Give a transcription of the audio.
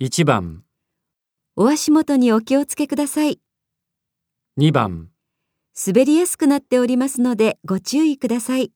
1番、お足元にお気をつけください。 2番、滑りやすくなっておりますのでご注意ください。